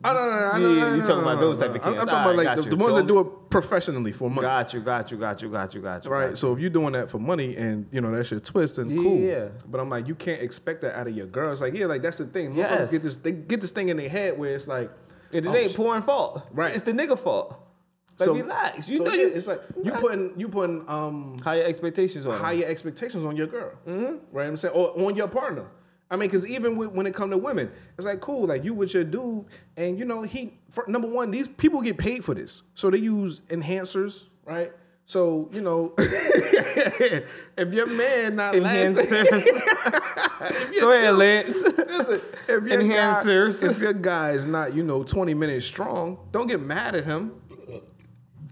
I don't know.
Yeah,
I know,
yeah,
I
you
know,
talking
I
about
know,
those
I
type of
know. I'm- I'm
kids.
talking
Alright,
about like
got
the,
you.
the ones that
Don't-
do it professionally for money.
got you, got you, got you, got you, got you.
Right. So if you're doing that for money and you know that's your twist and
Yeah,
cool.
yeah.
But I'm like, you can't expect that out of your girl. It's like, yeah, like that's the thing. Motherfuckers
Yes.
get this they get this thing in their head where it's like
It, it
oh,
ain't
shit.
porn fault.
Right.
It's the nigga fault. Like
So-
relax. You
so
know
yeah,
you.
it's like you putting you putting um
higher expectations on. 'em.
higher expectations on your girl.
Mm-hmm.
Right? I'm saying or on your partner. I mean, because even with, when it come to women, it's like cool, like you with your dude, and you know he for, number one, these people get paid for this, so they use enhancers, right? So you know, if your man not lasting,
Go ahead, Lance.
Listen, if your
Enhancers.
Guy, if your guy is not, you know, 20 minutes strong, don't get mad at him.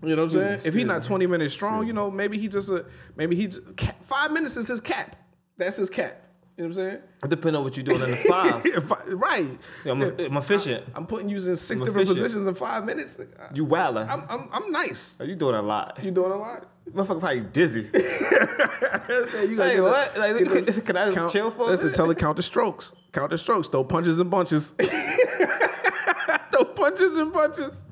You know what I'm saying? If he's not 20 minutes strong, you know, maybe he just a maybe he j- cap, five minutes is his cap. That's his cap. You know what I'm
Depending on what you're doing in the five.
saying? If I- right.
Ah. I'm, I'm efficient.
I'm putting you in six
I'm
different
efficient.
positions in five minutes. I-
You wildin'.
I'm, I'm I'm nice.
you doing a lot.
You doing a lot.
Motherfucker probably dizzy.
Say you
Like,
get the-
what? Like,
get the-
can- can I chill for a
Listen,
minute?
tell her count the strokes. Count the strokes. Throw punches and bunches. Throw punches and bunches.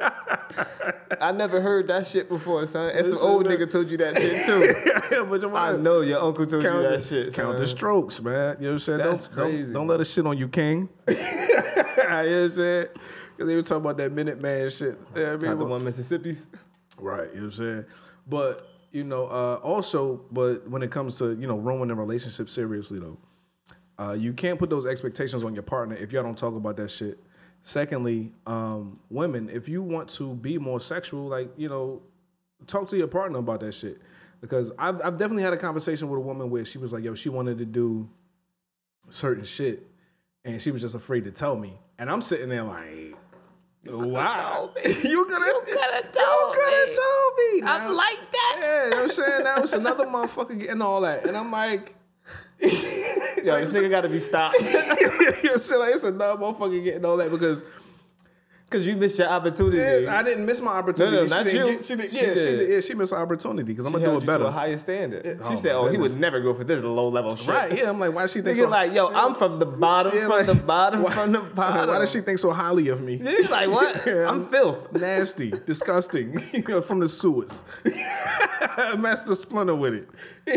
I never heard that shit before, son. And some
Listen,
old
man.
nigga told you that shit too.
But your
I
wife-
know your uncle told you
Count, the,
that shit.
count
son.
the strokes, man. You know what I'm saying?
That's
don't, don't-
crazy.
don't let us shit on you, King. you know what I'm saying? Because they were talking about that Minute Man shit. You know what I mean?
Not the one Mississippi's.
Right, you know what I'm saying? But, you know, uh, also, but when it comes to, you know, ruining a relationship seriously, though, uh, you can't put those expectations on your partner if y'all don't talk about that shit. Secondly, um, women, if you want to be more sexual, like, you know, talk to your partner about that shit. Because I've, I've definitely had a conversation with a woman where she was like, yo, she wanted to do certain shit and she was just afraid to tell me. And I'm sitting there like, wow. You could have
coulda told
coulda
me.
told
I'm
me. Now-
like that.
Yeah, you know what I'm saying? That was another motherfucker getting all that. And I'm like,
Yo, this nigga gotta be stopped.
you're still like, it's another motherfucker getting all that because
Cause you missed your opportunity.
I didn't miss my opportunity.
No, no,
she
not
didn't
you.
Get, she didn't,
She
yeah, she,
did.
did. yeah, she missed her opportunity because I'm
She
gonna do
held
it
you to
better.
a higher standard. she
Oh,
said,
my
"Oh, he
goodness.
would never go for this low level shit."
Right? Yeah, I'm like, why she think
Nigga,
so?
like, yo, I'm from the bottom,
Yeah,
from
like,
the bottom,
why-
from the
like,
bottom.
Why does she think so highly of me?
He's like, what?
Yeah.
I'm filth.
Nasty, disgusting, from the sewers. Master Splinter with it. They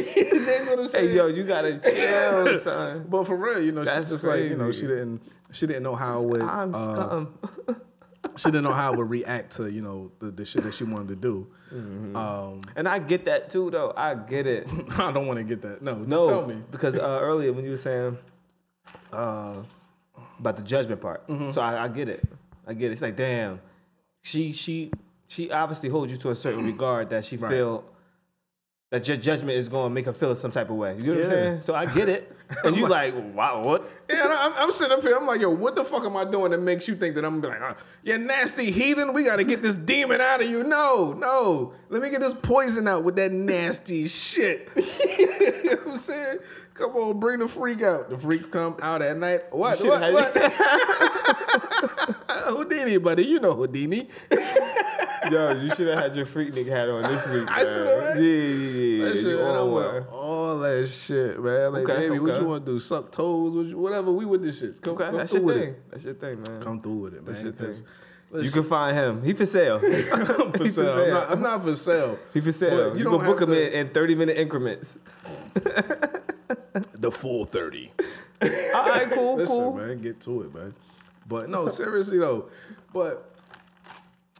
ain't gonna say-
Hey, yo, you gotta chill, son.
But for real, you know,
That's
she's just like, you know,
crazy.
she didn't, she didn't know how it would.
I'm
uh,
scum.
she didn't know how it would react to, you know, the, the shit that she wanted to do.
Mm-hmm.
Um,
and I get that too, though. I get it.
I don't want to get that. No, just
No,
tell me.
because uh, earlier when you were saying uh, Mm-hmm. about the judgment part, so I, I get it. I get it. It's like, damn, she she she obviously holds you to a certain regard that she feel that your judgment is going to make her feel some type of way. You know what I'm
Yeah.
saying? So I get it, and you like, wow, what?
Yeah, and I'm, I'm sitting up here. I'm like, yo, what the fuck am I doing that makes you think that I'm gonna be like, oh, you nasty heathen? We gotta get this demon out of you. No, no. Let me get this poison out with that nasty shit. you know what I'm saying? Come on, bring the freak out. The freaks come out at night. What?
You
What?
should've
what?
had-
Houdini, buddy. You know Houdini.
Yo, you should have had your Freaknik hat on this week.
I shoulda,
man.
right?
Yeah, yeah, yeah.
That
yeah.
shit,
You
man,
on
I'm
one.
with all that shit, man. Like,
Okay,
baby, what
okay.
you want to do? Suck toes? What you, whatever. We with this shit. Come,
Okay,
come
that's
through
your
with
thing.
it.
That's your thing, man.
Come through with it, man.
That's your
'cause-
thing. you
listen,
can find him. He for sale. He
I'm for sale. I'm not, I'm not for sale.
He for
But
sale. You,
don't
can book
have
him
to-
in, in 30 minute increments.
the full thirty.
All right, cool,
Listen,
cool.
man, get to it, man. But no, seriously though, but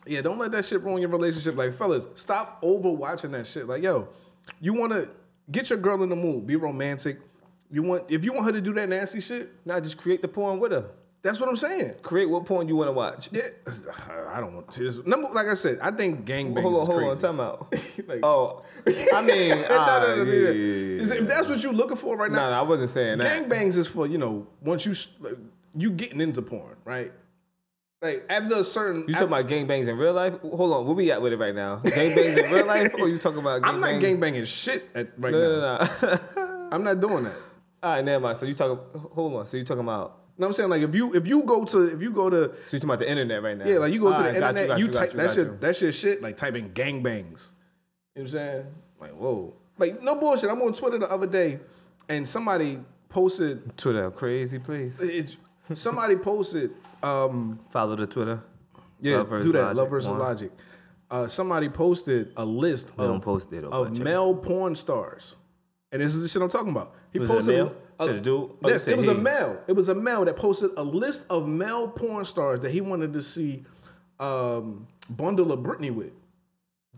yeah, don't let that shit ruin your relationship. Like, fellas, stop overwatching that shit. Like, yo, you want to get your girl in the mood, be romantic. You want if you want her to do that nasty shit,
Now just create the porn with her.
that's what I'm saying.
Create what porn you want to watch.
Yeah, I don't want to. Number, like I said, I think gangbang
hold on,
is
hold
crazy.
on. Time out.
Like-
oh, I mean,
No, no, no, no,
ah, yeah,
no.
yeah,
Is-
yeah,
If that's what you're looking for right
No, no,
now,
I wasn't saying that.
gangbangs is for you know once you s- like, you getting into porn, right? Like after a certain,
You talking about gangbangs in real life? Hold on, where we at with it right now? Gangbangs in real life, or you talking about?
I'm not
gangbangs-
gangbanging shit at, right
No,
now.
no, no.
I'm not doing that.
All right, never mind. So you talking? Hold on. So you talking about?
You know what I'm saying? Like if you if you go to if you go to
So you talking about the internet right now?
yeah like you go to
All
the
right, got
internet, you,
got got
type
you,
that's
got
your
you.
that's your shit. Like type in gangbangs. You know what I'm saying? Like whoa, like no bullshit. I'm on Twitter the other day, and somebody posted
Twitter, crazy place.
it's, somebody posted um
Follow the Twitter.
yeah
Love versus
do that love
Logic,
versus
one.
logic uh somebody posted a list
We
of
don't post it, oh,
of
but check
male porn stars and this is the shit i'm talking about he
Was it a
posted
male? Said a dude? Oh, you
yes,
said
it was a
he.
male it was a male that posted a list of male porn stars that he wanted to see um bundle of britney with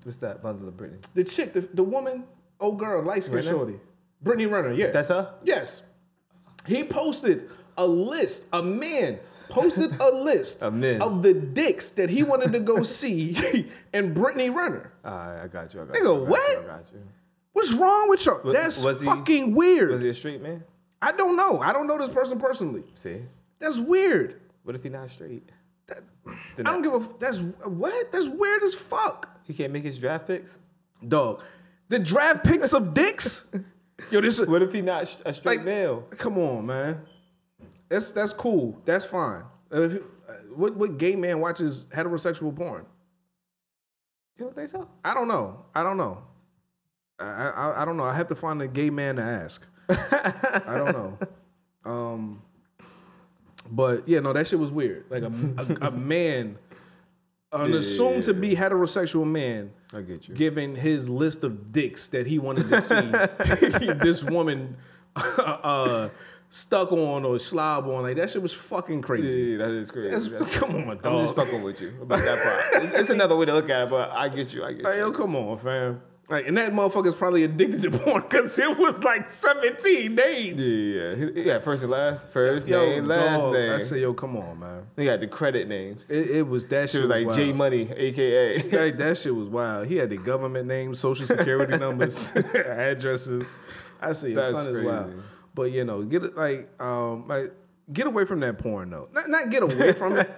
What's that bundle of Britney?
the chick the, the woman old girl light skin
Renner?
shorty britney runner yeah
That's her.
yes he posted a list a man posted a list
A man.
of the dicks that he wanted to go see in Brittany Renner.
All right, I got you. I got
Nigga,
you. I got you,
what?
I got you.
What's wrong with y'all?
Was-
That's
was he-
fucking weird.
Was he a straight man?
I don't know. I don't know this person personally.
See,
That's weird.
what if he not straight?
I don't give a. f- That's what. That's weird as fuck,
He can't make his draft picks.
dog. The draft picks of dicks. Yo, this is
What if he not sh- a straight
Like-
male?
Come on, man. That's that's cool. That's fine. Uh, If, you- uh, what what gay man watches heterosexual porn?
You don't think so?
I don't know. I don't know. I I, I don't know. I have to find a gay man to ask. I don't know. Um, but yeah, no, that shit was weird. Like a a, a man, an assumed to be heterosexual man,
I get you.
giving his list of dicks that he wanted to see this woman uh, stuck on or slob on. Like that shit was fucking crazy.
Yeah, that is crazy.
That's-
That's-
come on, dog.
I'm just fucking with you about that part. It's, it's another way to look at it, but I get you. I get
Like, yo,
you.
come on, fam. Like, and that motherfucker's probably addicted to porn because it was like 17 names.
Yeah, yeah, yeah. He- yeah. First and last, first
Yo,
name, last
dog, I
name.
said, yo, come on, man.
They got the credit names.
It, it was that
She
shit
was like
wild.
J Money, aka.
Like, that shit was wild. He had the government name, social security numbers, addresses. I see your
That's
son is wild.
crazy.
But you know, get it like um like get away from that porn though. Not not get away from it.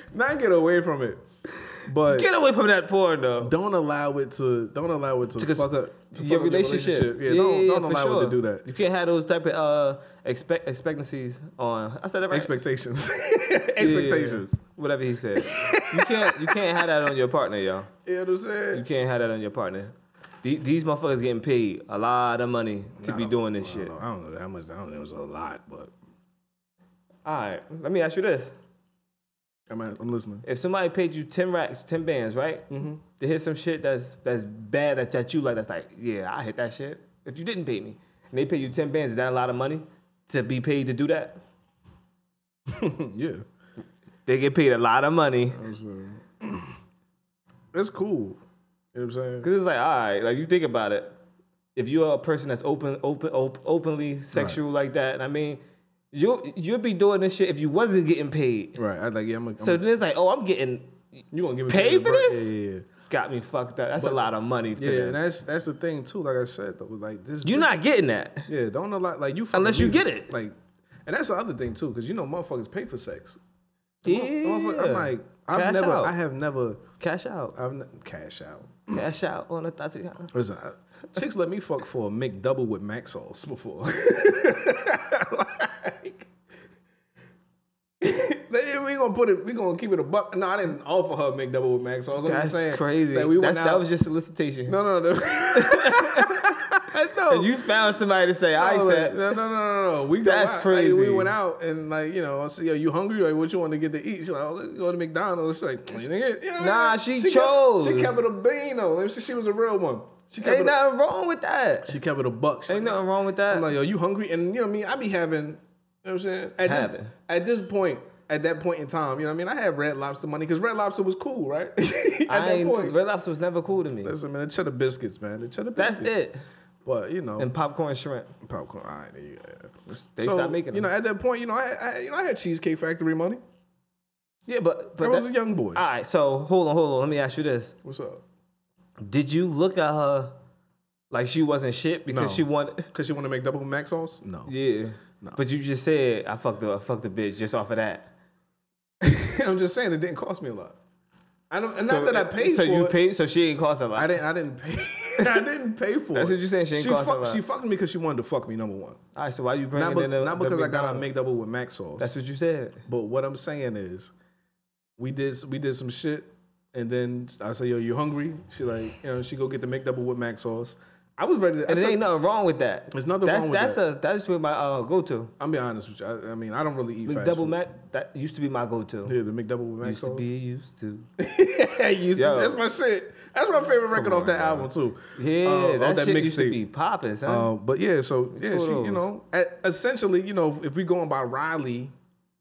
not get away from it. But
Get away from that porn, though.
don't allow it to don't allow it to,
cons-
fuck up to fuck
Your
up
relationship.
Yeah, don't don't
for
allow it
sure.
to do that.
You can't have those type of uh expect expectancies on. I said that right.
Expectations.
Yeah, yeah, yeah.
Expectations.
Whatever he said. you can't. You can't have that on your partner, y'all.
You know what I'm saying?
You can't have that on your partner. The- These motherfuckers getting paid a lot of money to be doing this shit.
I don't know how much. I don't know. It was a lot, but
All right, let me ask you this:
I'm, I'm listening.
If somebody paid you ten racks, ten bands, right, mm-hmm. to hit some shit that's that's bad that, that you like, that's like, yeah, I hit that shit. If you didn't pay me, and they pay you ten bands, is that a lot of money to be paid to do that?
yeah,
They get paid a lot of money
that's cool. You know what I'm saying?
because it's like, all right, like you think about it. If you're a person that's open, open, op- openly sexual like that, and I mean, you you'd be doing this shit if you wasn't getting paid.
Right. I like. Yeah. I'm. A, I'm
So then it's like, oh, I'm getting
You gonna give it
Pay
to your
for
bro-
this?
Yeah, yeah,
Got me fucked up. That's a lot of money. To
yeah. yeah
them.
and that's that's the thing too. Like I said, though, like this.
You're
this-
not getting that.
Yeah, don't allow like you fucking
Unless you
leave
get it.
Like, and that's the other thing too, because you know motherfuckers pay for sex.
Yeah.
Motherfucker- I'm like, I've
Cash
never,
out.
I have never,
cash out,
I've ne- cash out.
cash out on a Tatiana.
Listen, I, chicks let me fuck for a McDouble with mac sauce before. like, they- we gonna put it. We gonna keep it a buck. No, I didn't offer her a McDouble with mac sauce. I'm
That's
just saying,
crazy.
That, we went
That's-
out-
that was just solicitation.
no, no, no.
And you found somebody to say, I
No, like,
accept.
No, no, no, no, no. We go
Oh, That's
out, like,
crazy.
we went out and like you know, I said, "Yo, you hungry? Like, what you want to get to eat?" She's like, oh, "Let's go to McDonald's." She's like, you know, what I mean?
Nah, she
kept-
chose.
she kept it a bean though. Let me see, she was a real one. She kept
Ain't
it. A,
nothing wrong with that.
she kept it a buck. She
Ain't
like,
nothing wrong with
I'm like,
that.
"Yo, you hungry?" And you know what I mean? I be having, you know what I'm saying? At this
Having.
at this point. At that point in time, you know what I mean? I had Red Lobster money because Red Lobster was cool, right? At
I
that
ain't,
point.
Red Lobster was never cool to me.
Listen, man, the cheddar biscuits, man. The cheddar
That's
biscuits.
it.
But, you know.
And popcorn shrimp.
popcorn. All right, yeah.
They stopped making
You know,
them.
at that point, you know, I, I you know I had Cheesecake Factory money.
Yeah, but but
I was
that-
a young boy.
All right, so hold on, hold on. Let me ask you this:
What's up?
Did you look at her like she wasn't shit because
No.
she wanted?
Cause you want to make double mac sauce? No.
Yeah. But you just said I fucked the I fucked the bitch just off of that.
I'm just saying it didn't cost me a lot. I don't. And
So-
not that I paid
So
for
you
it.
paid. So she didn't cost a lot.
I didn't. I didn't pay. I didn't pay for
That's
it.
what you're saying, she ain't cost a
fuck-
lot.
She fucked me because she wanted to fuck me. Number one.
All right. So why you bringing
Not, be-
in the,
not
the
because I got a
McDonald's?
make double with mac sauce.
That's what you said.
But what I'm saying is, we did we did some shit, and then I say, "Yo, you hungry?" She like, you know, she go get the McDouble with mac sauce. I was ready. To, I
And
took-
there ain't nothing wrong with that.
There's nothing
that's,
wrong with
that's
that.
A, that's been my uh, go-to.
I'm be honest with you. I, I mean, I don't really eat fast
Double
food.
Mac. That used to be my go-to.
Yeah, Oh, the McDouble with mac
used to
sauce.
be, used to.
yeah, used
Yo.
to. That's my shit. That's my favorite record
Come
off that
on,
album too.
Yeah,
Uh, off
that, shit used to
mixtape.
be popping, son.
Uh, but yeah, so yeah,
two of
she, you
those.
know, at, essentially, you know, if we going by Riley,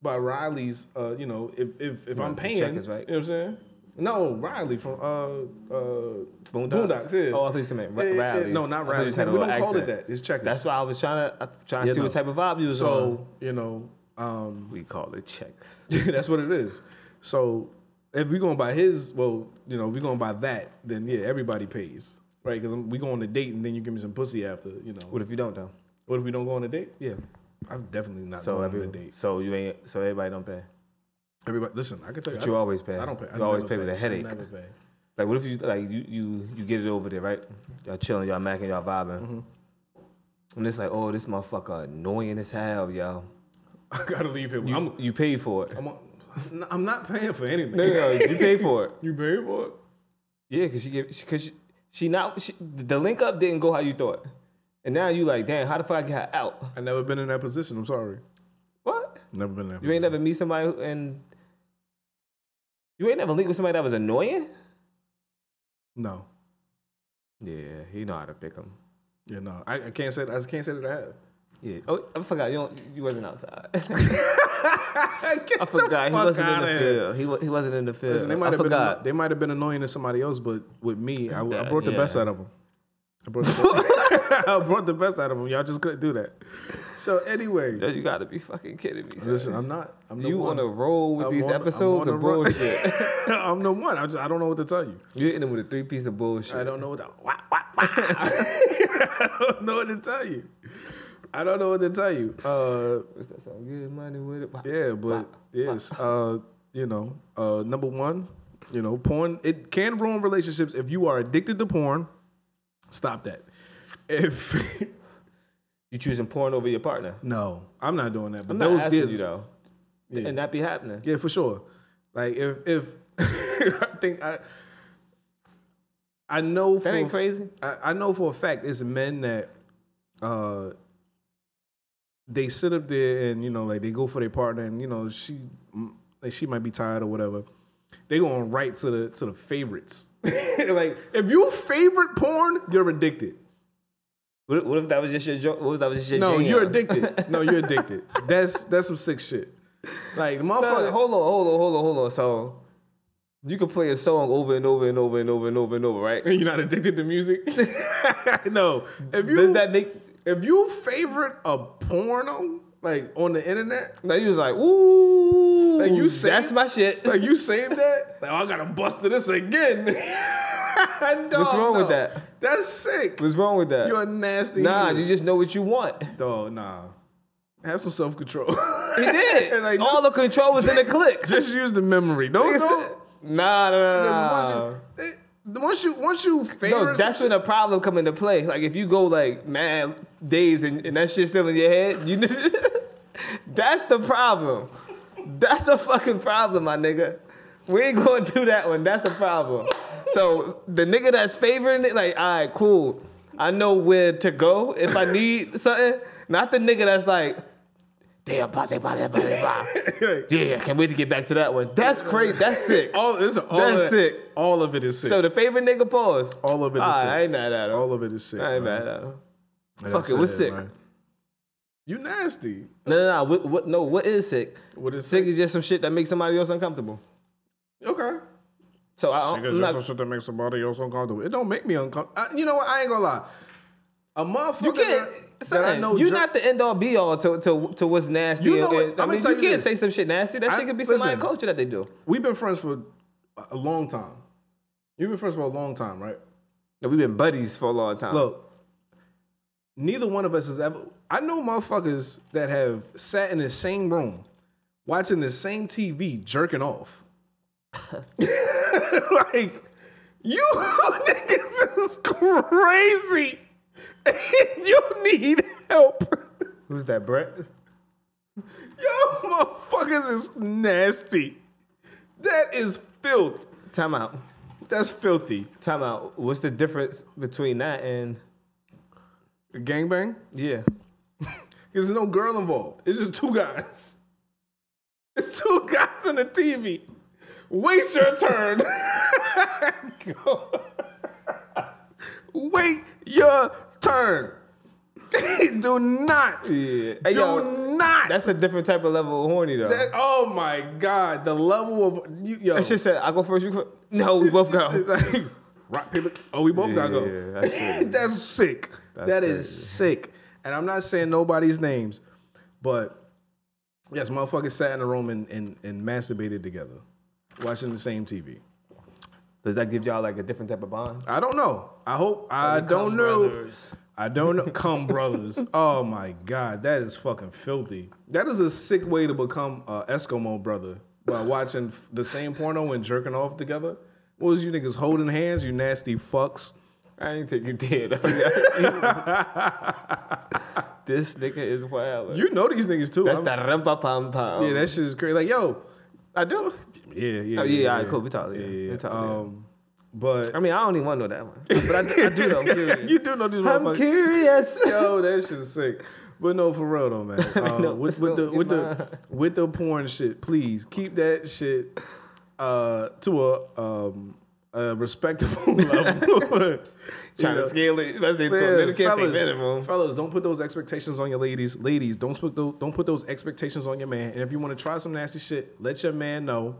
by Riley's, uh, you know, if if, if I'm
the
paying,
checkers, right?
you know what I'm saying? No, Riley from uh uh
Boondocks?
yeah.
Oh, I thought you meant Ra-
Yeah, yeah,
Riley's.
No,
I thought
not
you
Riley's. We
said a
don't
little
call it
accent.
that. It's checkers.
That's why I was trying to I, trying to
Yeah,
see what
no.
type of vibe you was on.
so you know, um,
We call it checks.
that's what it is. So if we going by his, well, you know, we going by that, then yeah, everybody pays, right? Because we go on a date and then you give me some pussy after, you know.
What if you don't though?
What if we don't go on a date?
Yeah.
I'm definitely not
So
going on a
every,
date.
so you ain't so everybody don't pay.
Everybody, listen, I can tell you.
But
I-
you always pay.
I don't pay. I
You always
never
pay with a
I
headache.
never pay.
Like what if you like you you you get it over there right? Y'all chilling, y'all macking, y'all vibing. And it's like, oh, this motherfucker annoying as hell, y'all.
I gotta leave him.
You,
I'm,
you paid for it.
I'm, on, no, I'm not paying for anything.
No, no, no, you paid for it.
You pay for it.
Yeah, because she gave because she, she not she, the link up didn't go how you thought, and now you like, damn, how the fuck I get her out?
I never been in that position. I'm sorry.
What?
Never been in that.
You ain't never meet somebody who- and you ain't never linked with somebody that was annoying.
No.
Yeah, he know how to pick them.
Yeah, no. I, I can't say. I just can't say that I have.
Yeah. Oh, I forgot. You don't, you wasn't outside.
Get
I
the
forgot. He
fuck
wasn't in
outta
the
here.
field. He, wa- he wasn't in the field.
Listen, they might
I
have been
forgot.
they might have been annoying to somebody else, but with me, I, I
That-
brought the best
yeah.
out of them. I brought, the, I brought the best out of them. Y'all just couldn't do that. So anyway,
Yo, you gotta be fucking kidding me. son.
listen, I'm not. I'm the
you
one.
on a roll with
I'm
these
on- I'm
episodes
on
of
a roll.
bullshit.
I'm the one. I just I don't know what to tell you.
you hitting them with a three piece of bullshit.
I don't know what to. Wah, wah, wah. I don't know what to tell you. I don't know what to tell you. Uh,
What's that song? Good money with it.
Yeah, but yes, uh, you know, uh, number one, you know, porn it can ruin relationships if you are addicted to porn. Stop that. If
You choosing porn over your partner.
no, I'm not doing that. But
I'm not
those
asking
kids,
you though.
Yeah.
And that be happening.
yeah, for sure. Like if if I think I I know for
That ain't
a-
crazy.
I, I know for a fact it's men that uh they sit up there and you know like they go for their partner and you know she mm, like she might be tired or whatever. They going right to the to the favorites. like if you favorite porn, you're addicted.
What, what if that was just your joke? What if that was just your
No,
jam?
you're addicted. No, you're addicted. That's that's some sick shit. Like
Son,
the motherfucker.
hold on, hold on, hold on, hold on. So you can play a song over and over and over and over and over and over, right?
you're not addicted to music. no, if you
Does that make
if you favorite a porno like on the internet,
now you was like, ooh, Ooh,
Like, you saying-
that's my shit.
Like you saying that? Like oh, I gotta bust to this again.
What's
What's
wrong with that?
That's sick.
What's wrong with that?
You're a nasty.
nah,
nigga.
you just know what you want.
dog. Nah, have some self control.
He did.
and like,
All
just,
the control was in the click.
just use the memory. Don't
Nah,
don't.
nah, nah,
Because
nah.
once you, it, once you, once you favor,
No, that's when the problem come into play. Like if you go like mad days and, and that shit's still in your head, you that's the problem. That's a fucking problem, my nigga. We ain't going through that one. That's a problem. So the nigga that's favoring it, like, all right, cool. I know where to go if I need something. Not the nigga that's like, damn, blah, blah, blah, blah, blah. Yeah, can't wait to get back to that one. That's crazy. That's sick.
all this, all
That's
of,
sick.
All of it is sick.
So the favorite nigga pause.
all of it is
Ah,
sick.
I ain't mad at him.
all of it is sick.
I ain't
man.
mad at him.
Like I
Fuck it, what's
said,
sick?
man. You nasty.
No, no, no. What, what, no, what is sick?
What is
Sick is just some shit that makes somebody else uncomfortable.
Okay.
So I,
Nigga,
I'm
just
not,
some shit that makes somebody else uncomfortable. It don't make me uncomfortable. You know what? I ain't gonna lie. A motherfucker
you can't.
that, that
Son,
I know
you're
jer-
not the end all be all to, to, to what's nasty.
You know
and-
what?
and- I
I'ma
mean,
tell
you
you
can't say
this.
some shit nasty. That
I-
shit could be somebody's
listen.
culture that they do.
We've been friends for a long time. You've been friends for a long time, right?
No, we've been buddies for a long time.
Look, neither one of us has ever. I know motherfuckers that have sat in the same room, watching the same TV, jerking off. like, you niggas is crazy. you need help.
who's that, Brett?
Yo, motherfuckers is nasty. That is filth.
Time out.
That's filthy.
Time out. What's the difference between that and
Gangbang?
yeah?
There's no girl involved. It's just two guys. It's two guys on the TV. Wait your turn. Go. Wait your turn. Do not.
Hey,
do
yo,
not.
That's a different type of level of horny though.
That- oh my God. The level of. You, yo.
It's just that I go first. You go. No, we both go.
like, rock, paper. Oh, we both gotta
Yeah,
go.
that's crazy.
That's sick. That's
crazy.
sick. And I'm not saying nobody's names, but yes, motherfuckers sat in a room and, and, and masturbated together, watching the same TV.
Does that give y'all like a different type of bond?
I don't know. I hope I don't know. I don't know. Come brothers. Oh my god, that is fucking filthy. That is a sick way to become a Eskimo brother by watching f- the same porno and jerking off together. What was you niggas holding hands? You nasty fucks.
I ain't taking dead. this nigga is wild.
You know these niggas too.
That's
I'm-
the rumpa pam pam.
Yeah, that shit is crazy. Like, yo,
I do.
yeah, yeah,
Oh, yeah, all right, cool. We talk. Yeah,
yeah.
we talk.
Um, but
yeah. I mean, I don't even want to know that one, but I do, I do though. I'm curious.
you do know these
I'm
motherfuckers.
curious.
Yo, that shit's sick. But no, for real though, man. Uh,
No,
with,
it's
with the
not
with
in
the
mine.
with the porn shit, please keep that shit uh, to a um, a respectable level. You
Trying
know?
to scale it. Let's say to
Man,
a minimum. Can't say
fellas,
minimum.
fellas, don't put those expectations on your ladies. Ladies, don't put those don't put those expectations on your man. And if you want to try some nasty shit, let your man know.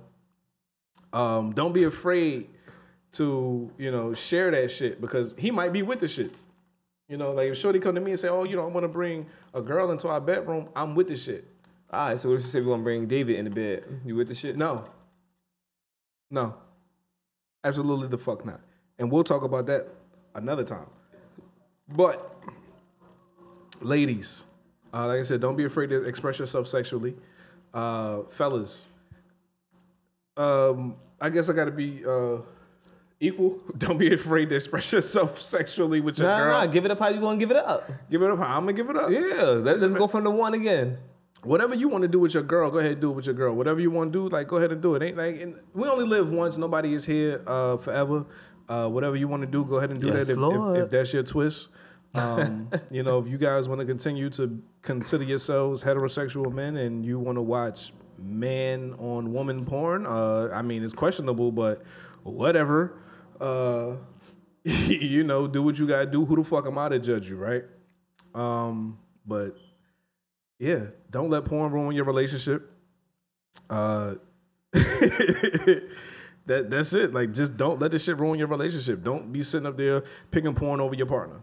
Um, don't be afraid to you know share that shit because he might be with the shits. You know, like if Shorty come to me and say, "Oh, you know, I want to bring a girl into our bedroom," I'm with the shit.
All right. So what if you say we gonna bring David in the bed? You with the shit?
No, no, absolutely the fuck not. And we'll talk about that another time. But, ladies, uh, like I said, don't be afraid to express yourself sexually. Uh, fellas, um, I guess I gotta be uh, equal. Don't be afraid to express yourself sexually with your
Nah,
girl.
nah. Give it up. How you gonna give it up?
give it up. I'm gonna give it up.
Yeah. Let's just go from the one again.
Whatever you want to do with your girl, go ahead and do it with your girl. Whatever you want to do, like go ahead and do it. Ain't like and we only live once. Nobody is here uh, forever. Uh, whatever you want to do, go ahead and do
Yes,
that. If,
Lord.
if, if that's your twist, um, you know, if you guys want to continue to consider yourselves heterosexual men and you want to watch man on woman porn, uh, I mean, it's questionable, but whatever. Uh, you know, do what you gotta do. Who the fuck am I to judge you, right? Um, but yeah, don't let porn ruin your relationship. Uh, that that's it. Like, just don't let this shit ruin your relationship. Don't be sitting up there picking porn over your partner.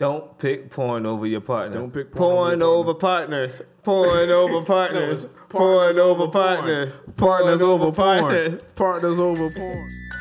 Don't pick porn over your partner.
Don't pick
porn,
porn
over partners. Porn over partners. Porn over partners. Porn over partners.
Partners over porn.